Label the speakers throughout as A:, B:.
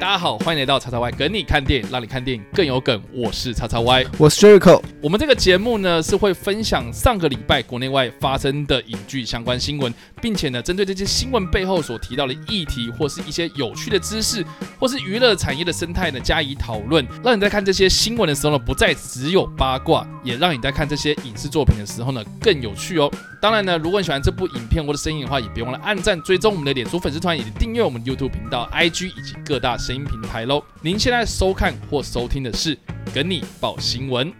A: 家好，欢迎来到叉叉 Y 梗你看电影，让你看电影更有梗。我是叉叉 Y。
B: 我是 Jericho，
A: 我们这个节目呢是会分享上个礼拜国内外发生的影剧相关新闻，并且呢针对这些新闻背后所提到的议题，或是一些有趣的知识，或是娱乐产业的生态呢加以讨论，让你在看这些新闻的时候呢不再只有八卦，也让你在看这些影视作品的时候呢更有趣哦。当然呢，如果你喜欢这部影片或者声音的话，也别忘了按赞、追踪我们的脸书粉丝团，以及订阅我们的 YouTube 频道、IG 以及各大声音平台喽。您现在收看或收听的是《跟你报新闻》。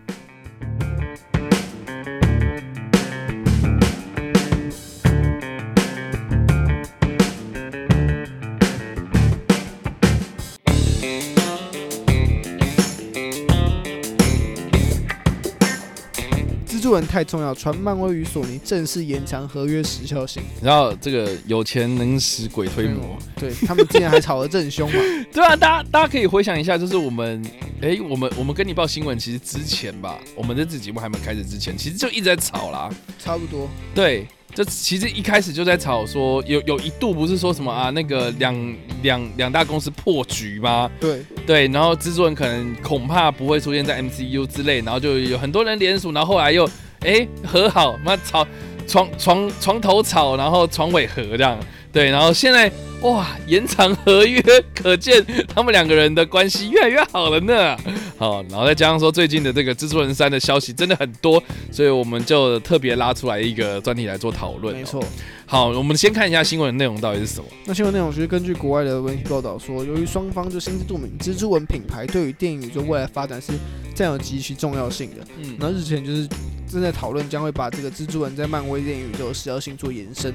B: 蜘蛛人太重要，传漫威与索尼正式延长合约时效性。
C: 你知道这个有钱能使鬼推磨，
B: 对他们竟然还吵得正 凶嘛？
C: 对啊，大家大家可以回想一下，就是我们，哎、我们我们跟你报新闻，其实之前吧，我们这次节目还没开始之前，其实就一直在吵啦。
B: 差不多，
C: 对，就其实一开始就在吵说，有有一度不是说什么啊，那个两两两大公司破局吗？
B: 对，
C: 对，然后制作人可能恐怕不会出现在 MCU 之类，然后就有很多人联署，然后后来又哎和好，妈吵床床床头吵，然后床尾和这样，对，然后现在哇延长合约，可见他们两个人的关系越来越好了呢。好，然后再加上说最近的这个制作人三的消息真的很多，所以我们就特别拉出来一个专题来做讨论、哦
B: 没。错。
C: 好，我们先看一下新闻的内容到底是什么。
B: 那新闻内容其实根据国外的媒体报道说，由于双方就心知肚明，蜘蛛人品牌对于电影宇宙未来发展是占有极其重要性的。
C: 嗯
B: 那日前就是正在讨论将会把这个蜘蛛人在漫威电影宇宙的时效性做延伸，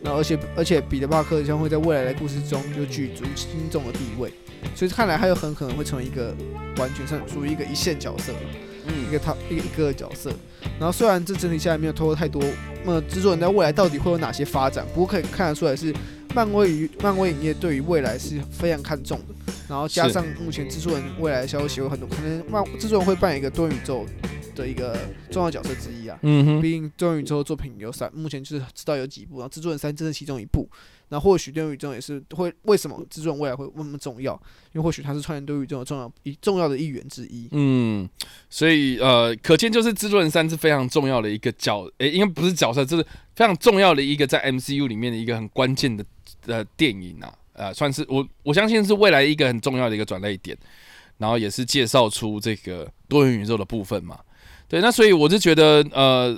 B: 那而且而且彼得帕克将会在未来的故事中就举足轻重的地位，所以看来他有很可能会成为一个完全上属于一个一线角色。一
C: 嗯，
B: 个他一个一个角色。然后虽然这整体下来没有透露太多，那么制作人在未来到底会有哪些发展，不过可以看得出来是漫威与漫威影业对于未来是非常看重的。然后加
C: 是
B: 上目前制作人未来的消息有很多，可能漫制作人会扮演一个多元宇宙的一个重要角色之一啊。
C: 嗯哼，
B: 毕竟多元宇宙的作品有三，目前就是知道有几部，然后《蜘蛛人三》真是其中一部。那或许多元宇宙也是会为什么蜘蛛人未来会那么重要？因为或许它是串联多元宇宙的重要一重要的一员之一。
C: 嗯，所以呃，可见就是蜘蛛人三是非常重要的一个角，诶、应该不是角色，就是非常重要的一个在 MCU 里面的一个很关键的呃电影啊，呃，算是我我相信是未来一个很重要的一个转类点，然后也是介绍出这个多元宇宙的部分嘛，对，那所以我就觉得呃，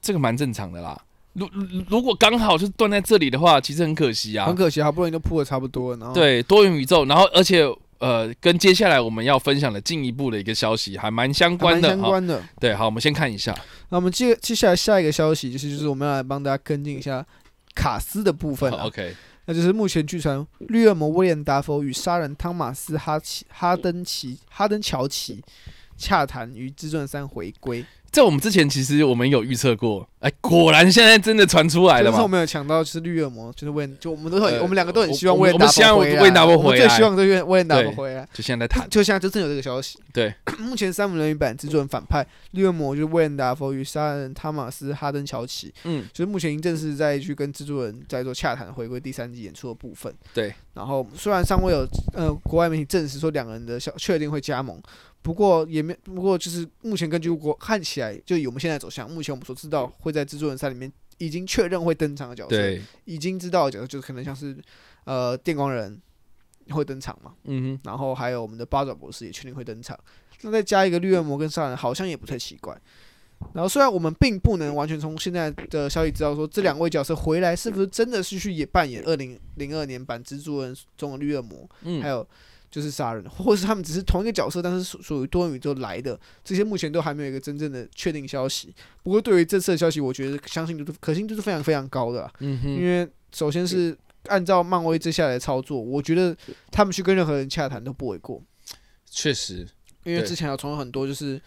C: 这个蛮正常的啦。如如如果刚好就是断在这里的话，其实很可惜啊，
B: 很可惜，好不容易都铺的差不多了，然后，
C: 对，多元宇宙，然后而且呃，跟接下来我们要分享的进一步的一个消息还蛮相
B: 还
C: 关
B: 蛮
C: 的。哦
B: 相
C: 哈
B: 关的。
C: 对，好，我们先看一下。
B: 那我们接接下来下一个消息就是，就是我们要来帮大家跟进一下卡斯的部分、
C: 好
B: 啊。
C: OK，
B: 那就是目前据传绿恶魔威廉达佛与杀人汤马斯哈奇哈登奇哈登乔奇洽谈于《至尊三》回归，
C: 在我们之前其实我们有预测过，哎，果然现在真的传出来
B: 但
C: 了
B: 是我
C: 嘛。
B: 们有抢到，就是绿恶魔，就是威廉，就我们都很，
C: 呃
B: 我们两个都很希望
C: 我
B: 威
C: 们
B: 廉达
C: 我们
B: 佛回
C: 希望
B: 来，
C: 威廉达佛
B: 我们
C: 回
B: 最
C: 来
B: 希望这威威廉达佛
C: 对
B: 回来。
C: 就现在在谈，
B: 就现在就真有这个消息。
C: 对，
B: 目前三五人鱼版蜘蛛人反派绿恶魔就是威廉达佛与杀人汤马斯哈登乔奇，
C: 嗯，
B: 就是目前已经正式在去跟制作人在做洽谈，回归第三季演出的部分。
C: 对，
B: 然后虽然尚未有呃国外媒体证实说两个人的消确定会加盟，不过也没不过就是目前根据国看起来，就以我们现在走向，目前我们所知道会在制作人赛里面已经确认会登场的角色，
C: 对，
B: 已经知道的角色就是可能像是呃电光人会登场嘛，
C: 嗯哼，
B: 然后还有我们的八爪博士也确定会登场。那再加一个绿恶魔跟杀人，好像也不太奇怪。然后虽然我们并不能完全从现在的消息知道说这两位角色回来是不是真的是去也扮演二零零二年版蜘蛛人中的绿恶魔，还
C: 嗯，
B: 有就是杀人，或是他们只是同一个角色，但是属属于多元宇宙来的，这些目前都还没有一个真正的确定消息。不过对于这次的消息，我觉得相信度可信度是非常非常高的啊、
C: 嗯
B: 因
C: 哼，
B: 为首先是按照漫威接下来的操作，我觉得他们去跟任何人洽谈都不为过，
C: 确实，
B: 因为
C: 对
B: 之前有从很多就是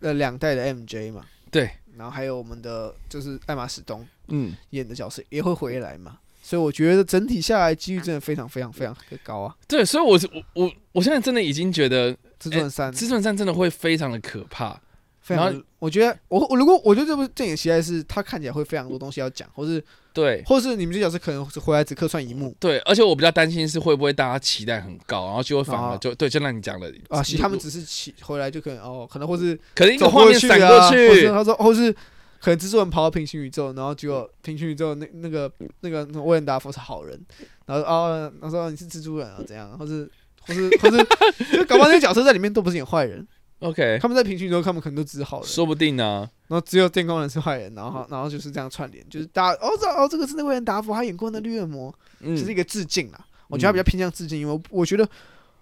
B: 呃两代的 MJ 嘛，
C: 对，
B: 然后还有我们的就是艾玛史东
C: 嗯，
B: 演的角色也会回来嘛，所以我觉得整体下来几率真的非常非常非常的高啊。
C: 对，所以我是我我我现在真的已经觉得
B: 至尊三
C: 《蜘蛛人三》真的会非常的可怕，
B: 非
C: 哎然后
B: 常，我觉得我我如果我觉得这部电影期待是它看起来会非常多东西要讲，或是
C: 对
B: 或是你们这角色可能是回来只客串一幕
C: 对，而且我比较担心是会不会大家期待很高，然后就会反而
B: 啊
C: 就对，就像你讲的
B: 啊，其实他们
C: 就
B: 只是起回来就可能哦，可能或是
C: 可能一个
B: 走
C: 哎画面
B: 去
C: 闪
B: 啊，
C: 过
B: 或是
C: 去，
B: 他说或是可能蜘蛛人跑到平行宇宙，然后
C: 嗯
B: 结果平行宇宙那那个那个那个威廉达佛是好人，然后哦，他说哦你是蜘蛛人啊怎样，或是或是或是， 就搞不好那些角色在里面都不是演坏人，
C: OK，
B: 他们在平行宇宙他们可能都只是好人。
C: 哎说嗯不定啊呢、
B: 然后只有电工人是坏人，然后然后就是这样串联，就是大家哦这哦这个是那个人达佛，他演过那绿恶魔，
C: 嗯
B: 这是一个致敬啦。我觉得他比较偏向致敬，因为我我觉得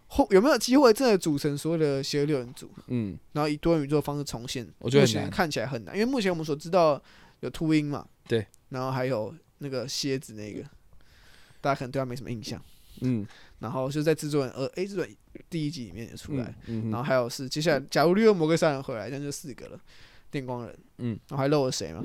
B: 后有没有机会真的组成所谓的邪恶六人组，
C: 嗯，
B: 然后以多元宇宙的方式重现，
C: 我觉得
B: 目
C: 很
B: 前
C: 难
B: 看起来很难，因为目前我们所知道有秃鹰嘛，
C: 对，
B: 然后还有那个蝎子那个，大家可能对他没什么印象。
C: 嗯
B: 然后就在制作人呃，诶，制作人第一集里面也出来，
C: 嗯嗯嗯
B: 然
C: 哼
B: 后还有是接下来，假如绿恶魔跟三人回来，那就四个了。电光人，
C: 嗯，
B: 然后还漏了谁吗？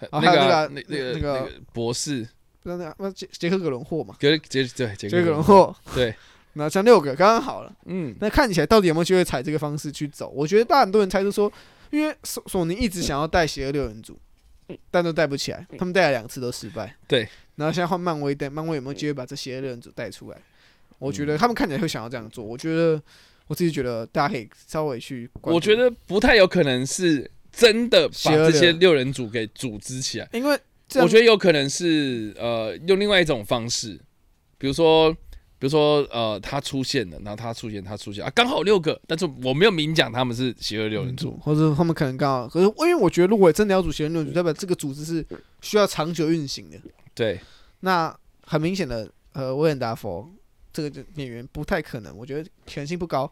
C: 那
B: 哦还
C: 个
B: 有那个
C: 啊
B: 那
C: 那个那
B: 那个
C: 个博士，
B: 不知道那那杰杰克·葛伦霍嘛，
C: 杰杰对杰
B: 杰克·葛伦
C: 克，
B: 霍，
C: 对，
B: 然后像六个刚刚好了。
C: 嗯
B: 那看起来到底有没有机会采这个方式去走？我觉得大很多人猜测说，因为索索尼一直想要带邪恶六人组，但都带不起来，他们带了两次都失败。
C: 对，
B: 然后现在换漫威带，漫威有没有机会把这邪恶六人组带出来？我觉
C: 嗯
B: 得他们看起来会想要这样做。我觉得我自己觉得大家可以稍微去关注，
C: 我觉得不太有可能是真的把
B: 邪恶
C: 这
B: 的
C: 些六人组给组织起来，
B: 因为这
C: 我
B: 样
C: 觉得有可能是呃用另外一种方式，比如说。比如说，呃，他出现了，然后他出现，他出现啊，刚好六个，但是我没有明讲他们是邪恶六人组，，
B: 或者他们可能刚好，可是因为我觉得如果真的要组邪恶六人组，代表这个组织是需要长久运行的。
C: 对，
B: 那很明显的，呃，威廉达佛这个演员不太可能，我觉得可能性不高。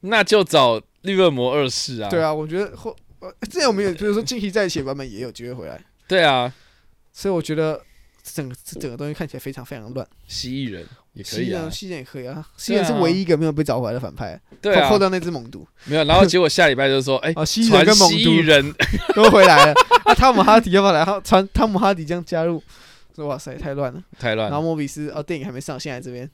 C: 那就找绿恶魔二世啊，
B: 对，啊，我觉得后呃之前我们有，比如说近期在一起的版本也有机会回来，
C: 对啊，
B: 所以我觉得整个整个东西看起来非常非常乱。
C: 蜥蜴人也可
B: 西
C: 以啊
B: 人，西人也可以啊，西人是唯一一个没有被找回来的反派，
C: 对啊
B: 扣，掉那只猛毒
C: 没有，然后结果下礼拜就说，哎、
B: 啊， 蜥蜴人
C: 传
B: 跟猛
C: 蜥蜴
B: 毒
C: 人，
B: 都回来了 啊，汤姆哈迪要不要来？哈传汤姆哈迪这样加入。哇塞，太乱了！
C: 太乱
B: 然后
C: 了，
B: 莫比斯哦，电影还没上，现在这边，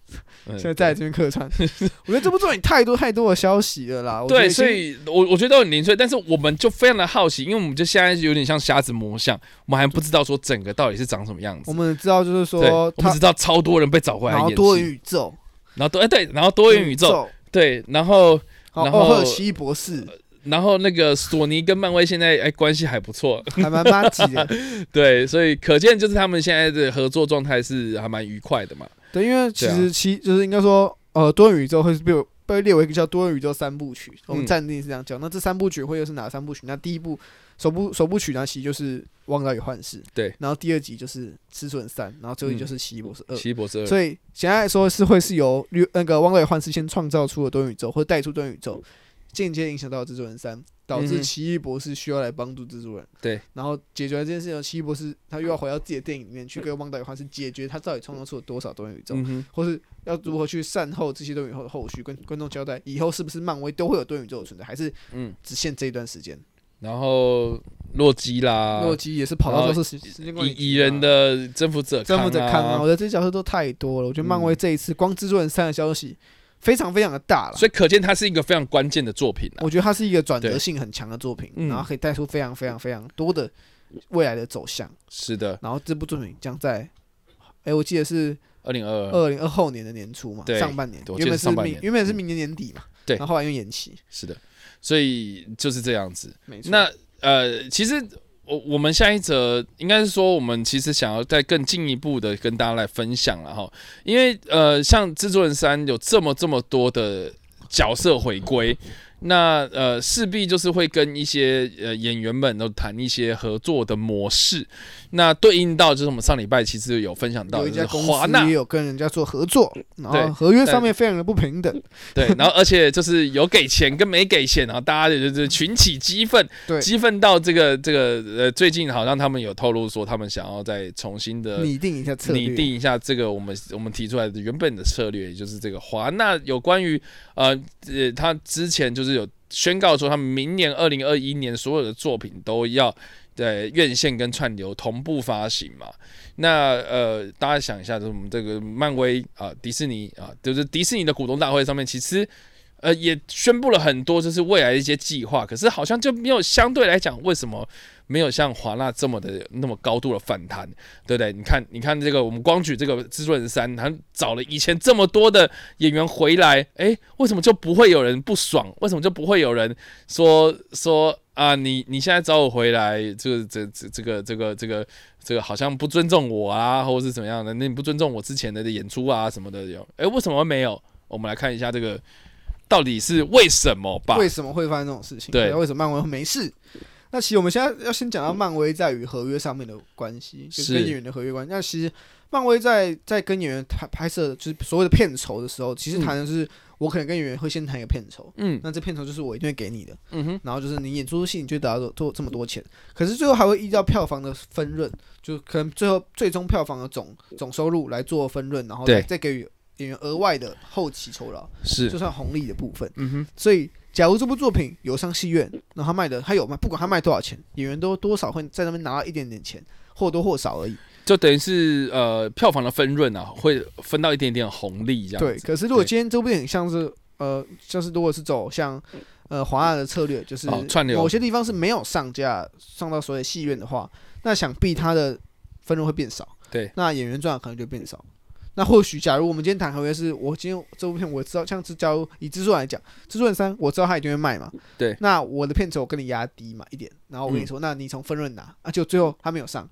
C: 嗯
B: 现在在这边 客串。我觉得这部作品太多太多的消息了啦。我觉得
C: 对，
B: 已经
C: 所以我我觉得都很零碎，但是我们就非常的好奇，因为我们就现在有点像瞎子摸象，我们还不知道说整个到底是长什么样子。
B: 我们知道就是
C: 对，
B: 说
C: 我
B: 他
C: 们知，道超多人被找回来
B: 然后
C: 演
B: 多元
C: 戏，
B: 宇宙，嗯
C: 然后多哎对，然后多元宇宙，，对，然后
B: 好
C: 然
B: 哦，
C: 后
B: 会有奇异 博士，
C: 然后那个索尼跟漫威现在哎关系还不错，
B: 还蛮垃圾的。
C: 对，所以可见就是他们现在的合作状态是还蛮愉快的嘛。
B: 对，因为其
C: 对啊
B: 实其就是应该说，呃，多元宇宙会是被我被列为一个叫多元宇宙三部曲，我们
C: 嗯
B: 暂定是这样叫。那这三部曲会又是哪三部曲？那第一部首部首部曲呢，其实就是《汪岛与幻视》，
C: 对，
B: 然后第二集就是《吃笋三》，然后最后一集就是《奇异博士二》。
C: 奇异博士二，
B: 呃所以简单来说是会是由绿那个汪岛与幻视先创造出了多元宇宙，或带出多元宇宙，间接影响到蜘蛛人三，导
C: 嗯
B: 致
C: 哼
B: 奇异博士需要来帮助蜘蛛人。
C: 对，
B: 然后解决了这件事情，奇异博士他又要回到自己的电影里面去跟汪岛与幻视解决他到底创造出了多少多元宇宙，
C: 嗯哼，
B: 或是要如何去善后这些多元宇宙的后续，跟观众交代以后是不是漫威都会有多元宇宙的存在，还是
C: 嗯，
B: 只限这一段时间？
C: 然后洛基啦，
B: 洛基也是跑到都是时时间管理局
C: 啊蚁蚁
B: 啊
C: 人的征服者，
B: 征服者康啊，
C: 啊
B: 我觉，得这些角色都太多了。我觉得漫威
C: 嗯
B: 这一次光蜘蛛人三的消息非常非常的大了，
C: 所以可见它是一个非常关键的作品啊。
B: 我觉得它是一个转折
C: 对
B: 性很强的作品，
C: 嗯
B: 然后可以带出非常非常非常多的未来的走向。
C: 是的，
B: 然后这部作品将在，哎，我记得是
C: 二零二二，
B: 二零二后年的年初嘛，
C: 嗯对
B: 上半年
C: 对，我记
B: 原
C: 得
B: 本
C: 是
B: 是
C: 上半
B: 明
C: 年嗯
B: 原本是明年年底嘛，
C: 对
B: 然后后来又延期，
C: 是的，所以就是这样子。
B: 没错。
C: 那呃，其实我我们下一则应该是说，我们其实想要再更进一步的跟大家来分享了哈，因为呃，像制作人三有这么这么多的角色回归。那呃，势必就是会跟一些呃演员们都谈一些合作的模式，那对应到就是我们上礼拜其实有分享到，
B: 有一
C: 就
B: 家
C: 是
B: 公
C: 华纳
B: 司也有跟人家做合作，然
C: 对
B: 后合约
C: 但
B: 上面非常的不平等。
C: 对，然后而且就是有给钱跟没给钱，然后大家就就是群起激愤，
B: 对
C: 激愤到这个这个呃，最近好像他们有透露说，他们想要再重新的
B: 拟定一下策略，
C: 呃拟定一下这个我们我们提出来的原本的策略，也就是这个华纳有关于呃呃，他之前就是有宣告说，他们明年二零二一年所有的作品都要对院线跟串流同步发行嘛。那呃，大家想一下，就是我们这个漫威啊、迪士尼啊、就是迪士尼的股东大会上面，其实。
A: 呃，也宣布了很多就是未来的一些计划，可是好像就没有相对来讲，为什么没有像华纳这么的那么高度的反弹，对不对？你看，你看这个，我们光举这个《蜘蛛人三》，他找了以前这么多的演员回来，诶，为什么就不会有人不爽？为什么就不会有人说说啊，你你现在找我回来，这个这这这个这个这个这个好像不尊重我啊，或者是怎么样的？那你不尊重我之前的演出啊什么的有？诶，为什么没有？我们来看一下这个。到底是为什么吧？
B: 为什么会发生这种事情？
A: 对
B: 为什么漫威会没事？那其实我们现在要先讲到漫威在与合约上面的关系，就
A: 是
B: 是跟演员的合约关系。那其实漫威在在跟演员拍拍摄，就是所谓的片酬的时候，其实谈的是、我可能跟演员会先谈一个片酬，
A: 嗯
B: 那这片酬就是我一定会给你的，
A: 嗯哼，
B: 然后就是你演出戏，你就得到多多这么多钱，可是最后还会依照票房的分润，就可能最后最终票房的总总收入来做分润，然后再
A: 对
B: 再给予演员额外的后期酬劳，
A: 是
B: 就，算红利的部分。
A: 嗯哼，
B: 所以，假如这部作品有上戏院，那他卖的他有卖，不管他卖多少钱，演员都多少会在那边拿到一点点钱，或多或少而已。
A: 就等于是呃票房的分润啊，会分到一点点红利这样
B: 对，
A: 子。
B: 可是如果
A: 对
B: 今天这部电影像是呃，像是如果是走向呃华纳的策略，就是
A: 哦串流
B: 某些地方是没有上架上到所有戏院的话，那想必它的分润会变少。
A: 对，
B: 那演员赚的可能就变少。那或许，假如我们今天谈合约是，我今天这部片我知道，像是假如以制作来讲，制作人三我知道他一定会卖嘛，
A: 嗯对嗯
B: 那我的片酬我跟你压低嘛一点，然后我跟你说，那你从分润拿，啊，就最后他没有上，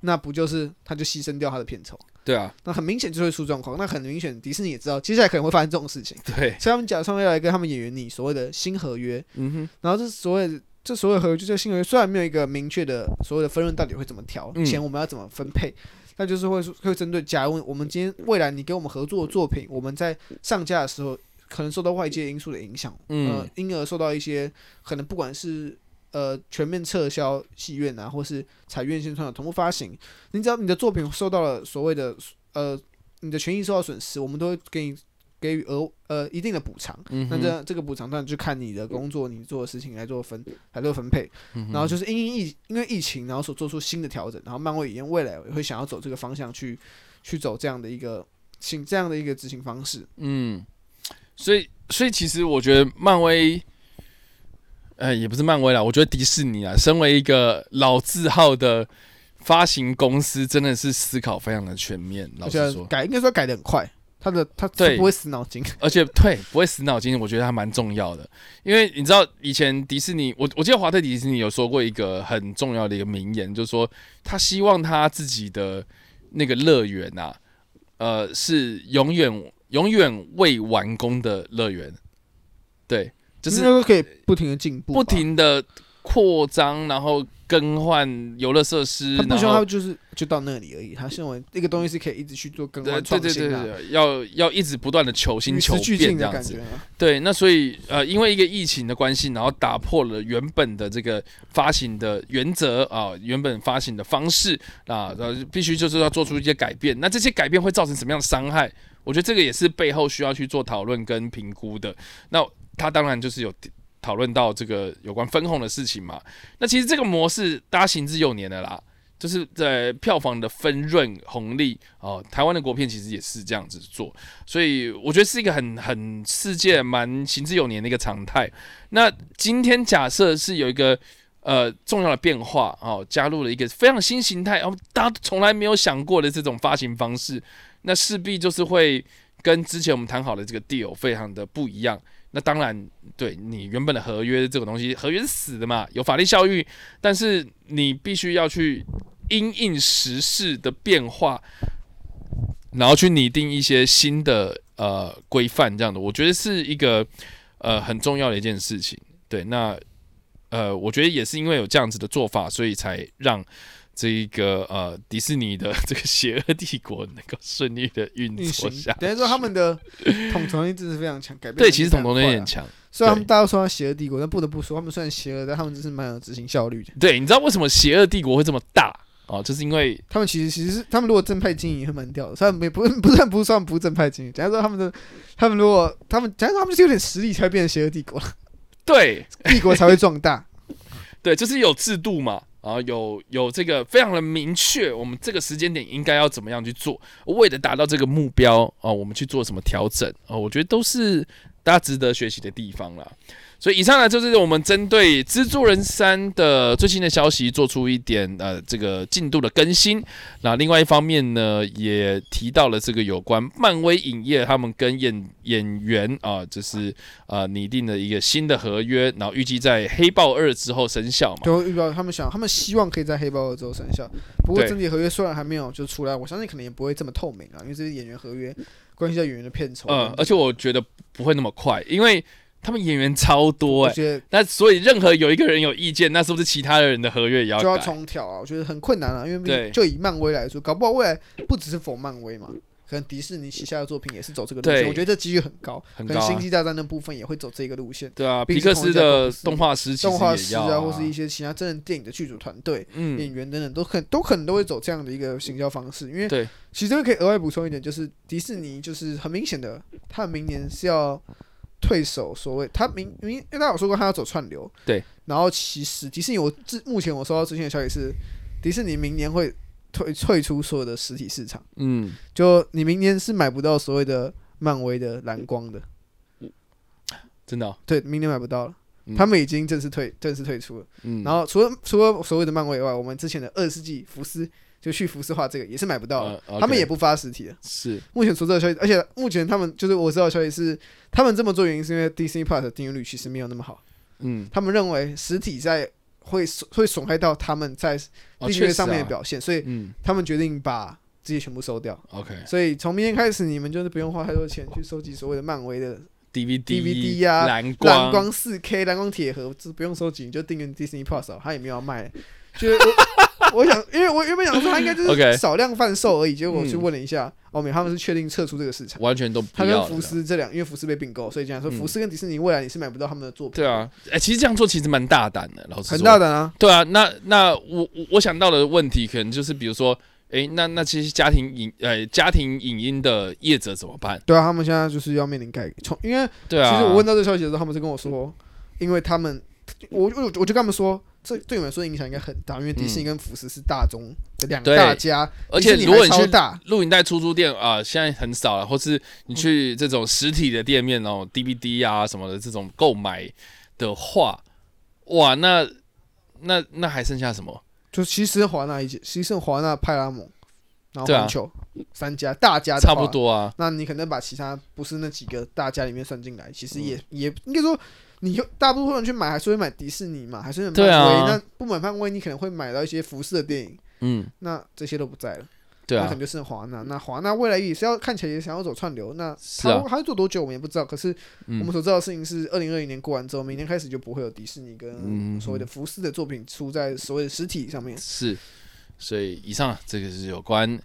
B: 那不就是他就牺牲掉他的片酬？
A: 对啊，
B: 那很明显就会出状况。那很明显，迪士尼也知道接下来可能会发生这种事情，
A: 对，
B: 所以他们假装要来跟他们演员拟所谓的新合约，
A: 嗯哼，
B: 然后这所谓的这所有合约，就这新合约虽然没有一个明确的所谓的分润到底会怎么调，
A: 嗯
B: 钱我们要怎么分配，那就是会会针对，假如我们今天未来你给我们合作的作品，我们在上架的时候可能受到外界因素的影响，
A: 嗯
B: 呃，因而受到一些可能不管是。呃，全面撤销戏院啊，或是彩院线上的同步发行，你只要你的作品受到了所谓的呃，你的权益受到损失，我们都会给你给予额呃一定的补偿。
A: 嗯
B: 那
A: 哼，
B: 这这个补偿当然就看你的工作、你做的事情来做分来做分配。
A: 嗯
B: 然后就是因应疫因为疫情，然后所做出新的调整，然后漫威影业未来也会想要走这个方向去去走这样的一个行这样的一个执行方式。
A: 嗯，
C: 所以，所以其实我觉得漫威，呃，也不是漫威啦，我觉得迪士尼啊，身为一个老字号的发行公司，真的是思考非常的全面。老
B: 而
C: 实
B: 且
C: 说，
B: 改应该说改的很快，他的他
C: 对
B: 是不会死脑筋。
C: 而且对不会死脑筋，我觉得还蛮重要的。因为你知道以前迪士尼，我我记得华特迪士尼有说过一个很重要的一个名言，就是说他希望他自己的那个乐园啊，呃，是永远永远未完工的乐园。对， 就
B: 应
C: 是
B: 该说可以不停的进步吧，
C: 不停的扩张，然后更换游乐设施，
B: 他不
C: 然
B: 希望他
C: 后
B: 就是就到那里而已，他认为这个东西是可以一直去做更
C: 对
B: 换
C: 对
B: 创
C: 对对
B: 新啊，
C: 对，要要一直不断的求新
B: 与
C: 求
B: 时俱
C: 变
B: 进
C: 这
B: 的
C: 样
B: 感
C: 子
B: 觉。 啊。
C: 对，那所以呃，因为一个疫情的关系，然后打破了原本的这个发行的原则啊、原本发行的方式啊，然后必须就是要做出一些改变。那这些改变会造成什么样的伤害？我觉得这个也是背后需要去做讨论跟评估的。那他当然就是有讨论到这个有关分红的事情嘛。那其实这个模式大家行之有年的啦。就是在票房的分润红利哦，台湾的国片其实也是这样子做，所以我觉得是一个很很世界蛮行之有年的一个常态。那今天假设是有一个呃重要的变化哦，加入了一个非常新形态，哦，大家都从来没有想过的这种发行方式，那势必就是会跟之前我们谈好的这个 deal 非常的不一样。那当然，对你原本的合约这种东西，合约是死的嘛，有法律效益，但是你必须要去因应时事的变化，然后去拟定一些新的呃规范，这样的，我觉得是一个呃很重要的一件事情。对，那呃，我觉得也是因为有这样子的做法，所以才让这一个呃迪士尼的这个邪恶帝国能够顺利 的运
B: 运
C: 作
B: 行
C: 下。
B: 等于说他们 的统筹力真的是非常强，改变
C: 对，
B: 能力
C: 其实
B: 非常
C: 统筹能
B: 快
C: 力
B: 啊
C: 很强。
B: 虽然他们大家都说他邪恶帝国，但不得不说，他们虽然邪恶，但他们真是蛮有执行效率的。
C: 对，你知道为什么邪恶帝国会这么大哦？就是因为
B: 他们其实其实是他们如果正派经营也会蛮屌的，虽然没不不算不算不正派经营，假如说他们的他们如果他们假如说他们就是有点实力才会变成邪恶帝国，
C: 对
B: 帝国才会壮大。
C: 对，就是有制度嘛，然后有有这个非常的明确，我们这个时间点应该要怎么样去做，为了达到这个目标啊、哦我们去做什么调整啊、哦我觉得都是大家值得学习的地方啦。所以以上呢，就是我们针对《蜘蛛人三》的最新的消息做出一点呃这个进度的更新。那另外一方面呢，也提到了这个有关漫威影业他们跟演演员啊、就是呃拟定了一个新的合约，然后预计在《黑豹二》之后生效嘛。
B: 就预报他们想，他们希望可以在黑豹二之后生效。不过
C: 对
B: 整体合约虽然还没有就出来，我相信可能也不会这么透明啊，因为这是演员合约，关系到演员的片酬。啊
C: 呃，而且我觉得不会那么快，因为他们演员超多
B: 我
C: 哎、
B: 觉得
C: 那所以任何有一个人有意见，那是不是其他人的合约也要
B: 就要
C: 改？
B: 重调啊，我觉得很困难啊，因
C: 对
B: 为就以漫威来说，搞不好未来不只是否漫威嘛，可能迪士尼旗下的作品也是走这个路
C: 对
B: 线，我觉得这几率很高，
C: 很
B: 可
C: 高啊、
B: 能星际大战那部分也会走这个路线，
C: 对啊，
B: 毕
C: 皮
B: 竟
C: 克
B: 同
C: 斯
B: 一家
C: 的
B: 公司
C: 动画师其实
B: 动画
C: 也
B: 师
C: 要
B: 啊，或是一些其他真人电影的剧组团队、演
C: 嗯，
B: 员等等，都可都可能都会走这样的一个行销方式，因为
C: 对
B: 其实这个可以额外补充一点，就是迪士尼就是很明显的，他明年是要退守所谓他明明，因为大家有说过他要走串流，
C: 对。
B: 然后其实迪士尼我至目前我收到最新的消息是，迪士尼明年会退退出所有的实体市场，
C: 嗯，
B: 就你明年是买不到所谓的漫威的蓝光的，
C: 真的哦、
B: 对，明年买不到了。
C: 嗯
B: 他们已经正式退正式退出了。
C: 嗯，
B: 然后除了除了所谓的漫威以外，我们之前的二世纪福斯就去福斯化这个也是买不到了，
C: 呃
B: 他们
C: OK
B: 也不发实体了。
C: 是
B: 目前所知道的消息，而且目前他们就是我知道的消息是，他们这么做原因是因为 Disney Plus 的订阅率其实没有那么好，
C: 嗯，
B: 他们认为实体在会损会损害到他们在
C: 哦
B: 订
C: 确
B: 阅
C: 实
B: 上面的
C: 啊哎
B: 表现，所以
C: 嗯
B: 他们决定把这些全部收掉。
C: ，OK
B: 所以从明天开始，你们就是不用花太多钱去收集所谓的漫威的
C: DVD
B: DVD 啊
C: 蓝
B: 蓝
C: 光
B: 光四 K、蓝光铁盒，这不用收集，你就订阅 Disney Plus 啊，他也没有要卖。就是 我我想，因为我原本想说他应该就
C: OK
B: 是少量贩售而已，结果我去
C: 嗯
B: 问了一下，哦，没有，他们是确定撤出这个市场。
C: 完全都
B: 他
C: 不
B: 跟
C: 要
B: 福
C: 了。
B: 斯这两，因为福斯被并购，所以讲说
C: 嗯
B: 福斯跟迪士尼未来你是买不到他们的作品，
C: 对，啊，哎、其实这样做其实蛮大胆的，老师
B: 很大胆啊。
C: 对啊，那那我我我想到的问题可能就是，比如说，诶，那那这些家庭影呃家庭影音的业者怎么办？
B: 对啊，他们现在就是要面临改从，因为
C: 对啊，
B: 其实我问到这个消息的时候，他们是跟我说，因为他们，我我我就跟他们说，这对你们来说影响应该很大，因为迪士尼跟福斯是大宗的两
C: 嗯对
B: 大家，
C: 而且
B: 迪士尼
C: 如果你
B: 还超
C: 去
B: 大，
C: 录影带出租店啊、现在很少了，或是你去这种实体的店面哦，DVD 啊什么的这种购买的话，哇，那那那还剩下什么？
B: 就其实华纳一起，其实华纳、派拉蒙，然后
C: 对啊
B: 环球三家大家的
C: 差
B: 话
C: 不多啊，
B: 那你可能把其他不是那几个大家里面算进来，其实
C: 嗯
B: 也、也应该说，你有大部分人去买还是会买迪士尼嘛，还是会买
C: 对啊
B: 漫威。那不买漫威，你可能会买到一些辐射的电影，
C: 嗯，
B: 那这些都不在了，
C: 对
B: 那可
C: 啊
B: 能，就剩华纳。那华纳未来也是要看起来也想要走串流，那
C: 是
B: 他、
C: 啊，
B: 他会做多久我们也不知道。可是我
C: 嗯
B: 们所知道的事情是，二零二零年过完之后，明年开始就不会有迪士尼
C: 嗯
B: 跟所谓的福斯的作品出在所谓的实体上面。
C: 是，所以以上这个是有关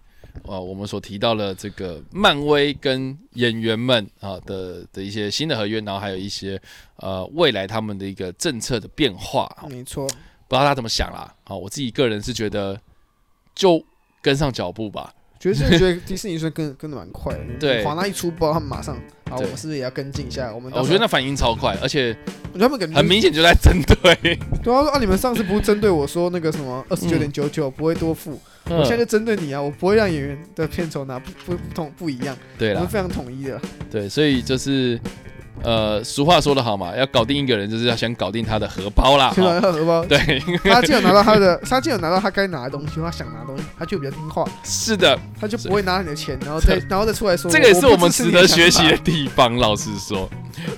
C: 呃我们所提到的这个漫威跟演员们啊的的一些新的合约，然后还有一些呃未来他们的一个政策的变化啊
B: 没错，
C: 不知道大家怎么想啦。好，我自己个人是觉得就跟上脚步吧。
B: 觉得是觉得迪士尼算跟跟的蛮快的，
C: 对
B: 华纳一出包，他们马上啊，我
C: 对哦
B: 们是不是也要跟进一下？我们到
C: 我
B: 时
C: 觉
B: 候
C: 得那反应超快，而且
B: 我觉得他们感觉
C: 很明显就在针对。
B: 就是。对啊，说啊，你们上次不是针对我说那个什
C: 嗯
B: 么二十九点九九不会多付， 我现在就针对你啊，我不会让演员的片酬拿不不不同不一样，
C: 对
B: 我们
C: 了，
B: 非常统一的。
C: 对，所以就是呃，俗话说得好嘛，要搞定一个人，就是要先搞定他的荷包啦。
B: 先把
C: 哈
B: 他的荷包，
C: 啊对，
B: 他既有拿到他的，他既有拿到他该拿的东西，他想拿的东西，他就比较听话，
C: 是的，
B: 他就不会拿你的钱，然后再然后再出来说，
C: 这个也是我
B: 不
C: 们
B: 支持
C: 值
B: 你的
C: 得学
B: 想
C: 习
B: 法
C: 的地方。老实说，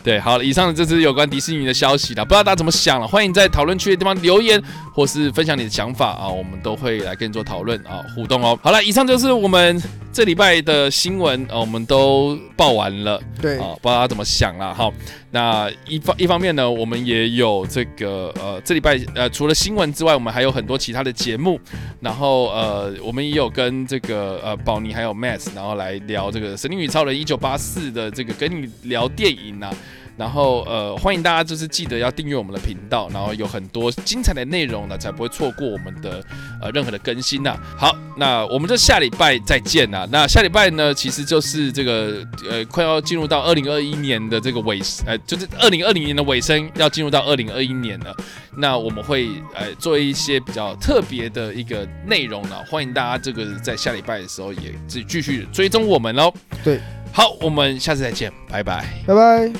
C: 对，好了，以上这是有关迪士尼的消息了，不知道大家怎么想了，欢迎在讨论区的地方留言，或是分享你的想法啊，我们都会来跟你做讨论啊，互动哦。好了，以上就是我们这礼拜的新闻啊，我们都报完了。
B: 对，
C: 啊，不知道他怎么想啦。好，那一方一方面呢，我们也有这个呃，这礼拜呃，除了新闻之外，我们还有很多其他的节目。然后呃，我们也有跟这个呃宝妮还有 Max，然后来聊这个《神力女超人一九八四》的这个跟你聊电影啊。然后呃，欢迎大家就是记得要订阅我们的频道，然后有很多精彩的内容呢，才不会错过我们的呃任何的更新呐、好，那我们就下礼拜再见啦。那下礼拜呢，其实就是这个呃，快要进入到二零二一年的这个尾，呃，就是二零二零年的尾声，要进入到二零二一年了。那我们会呃做一些比较特别的一个内容呢，欢迎大家这个在下礼拜的时候也继继续追踪我们喽。
B: 对，
C: 好，我们下次再见，拜拜。
B: 拜拜。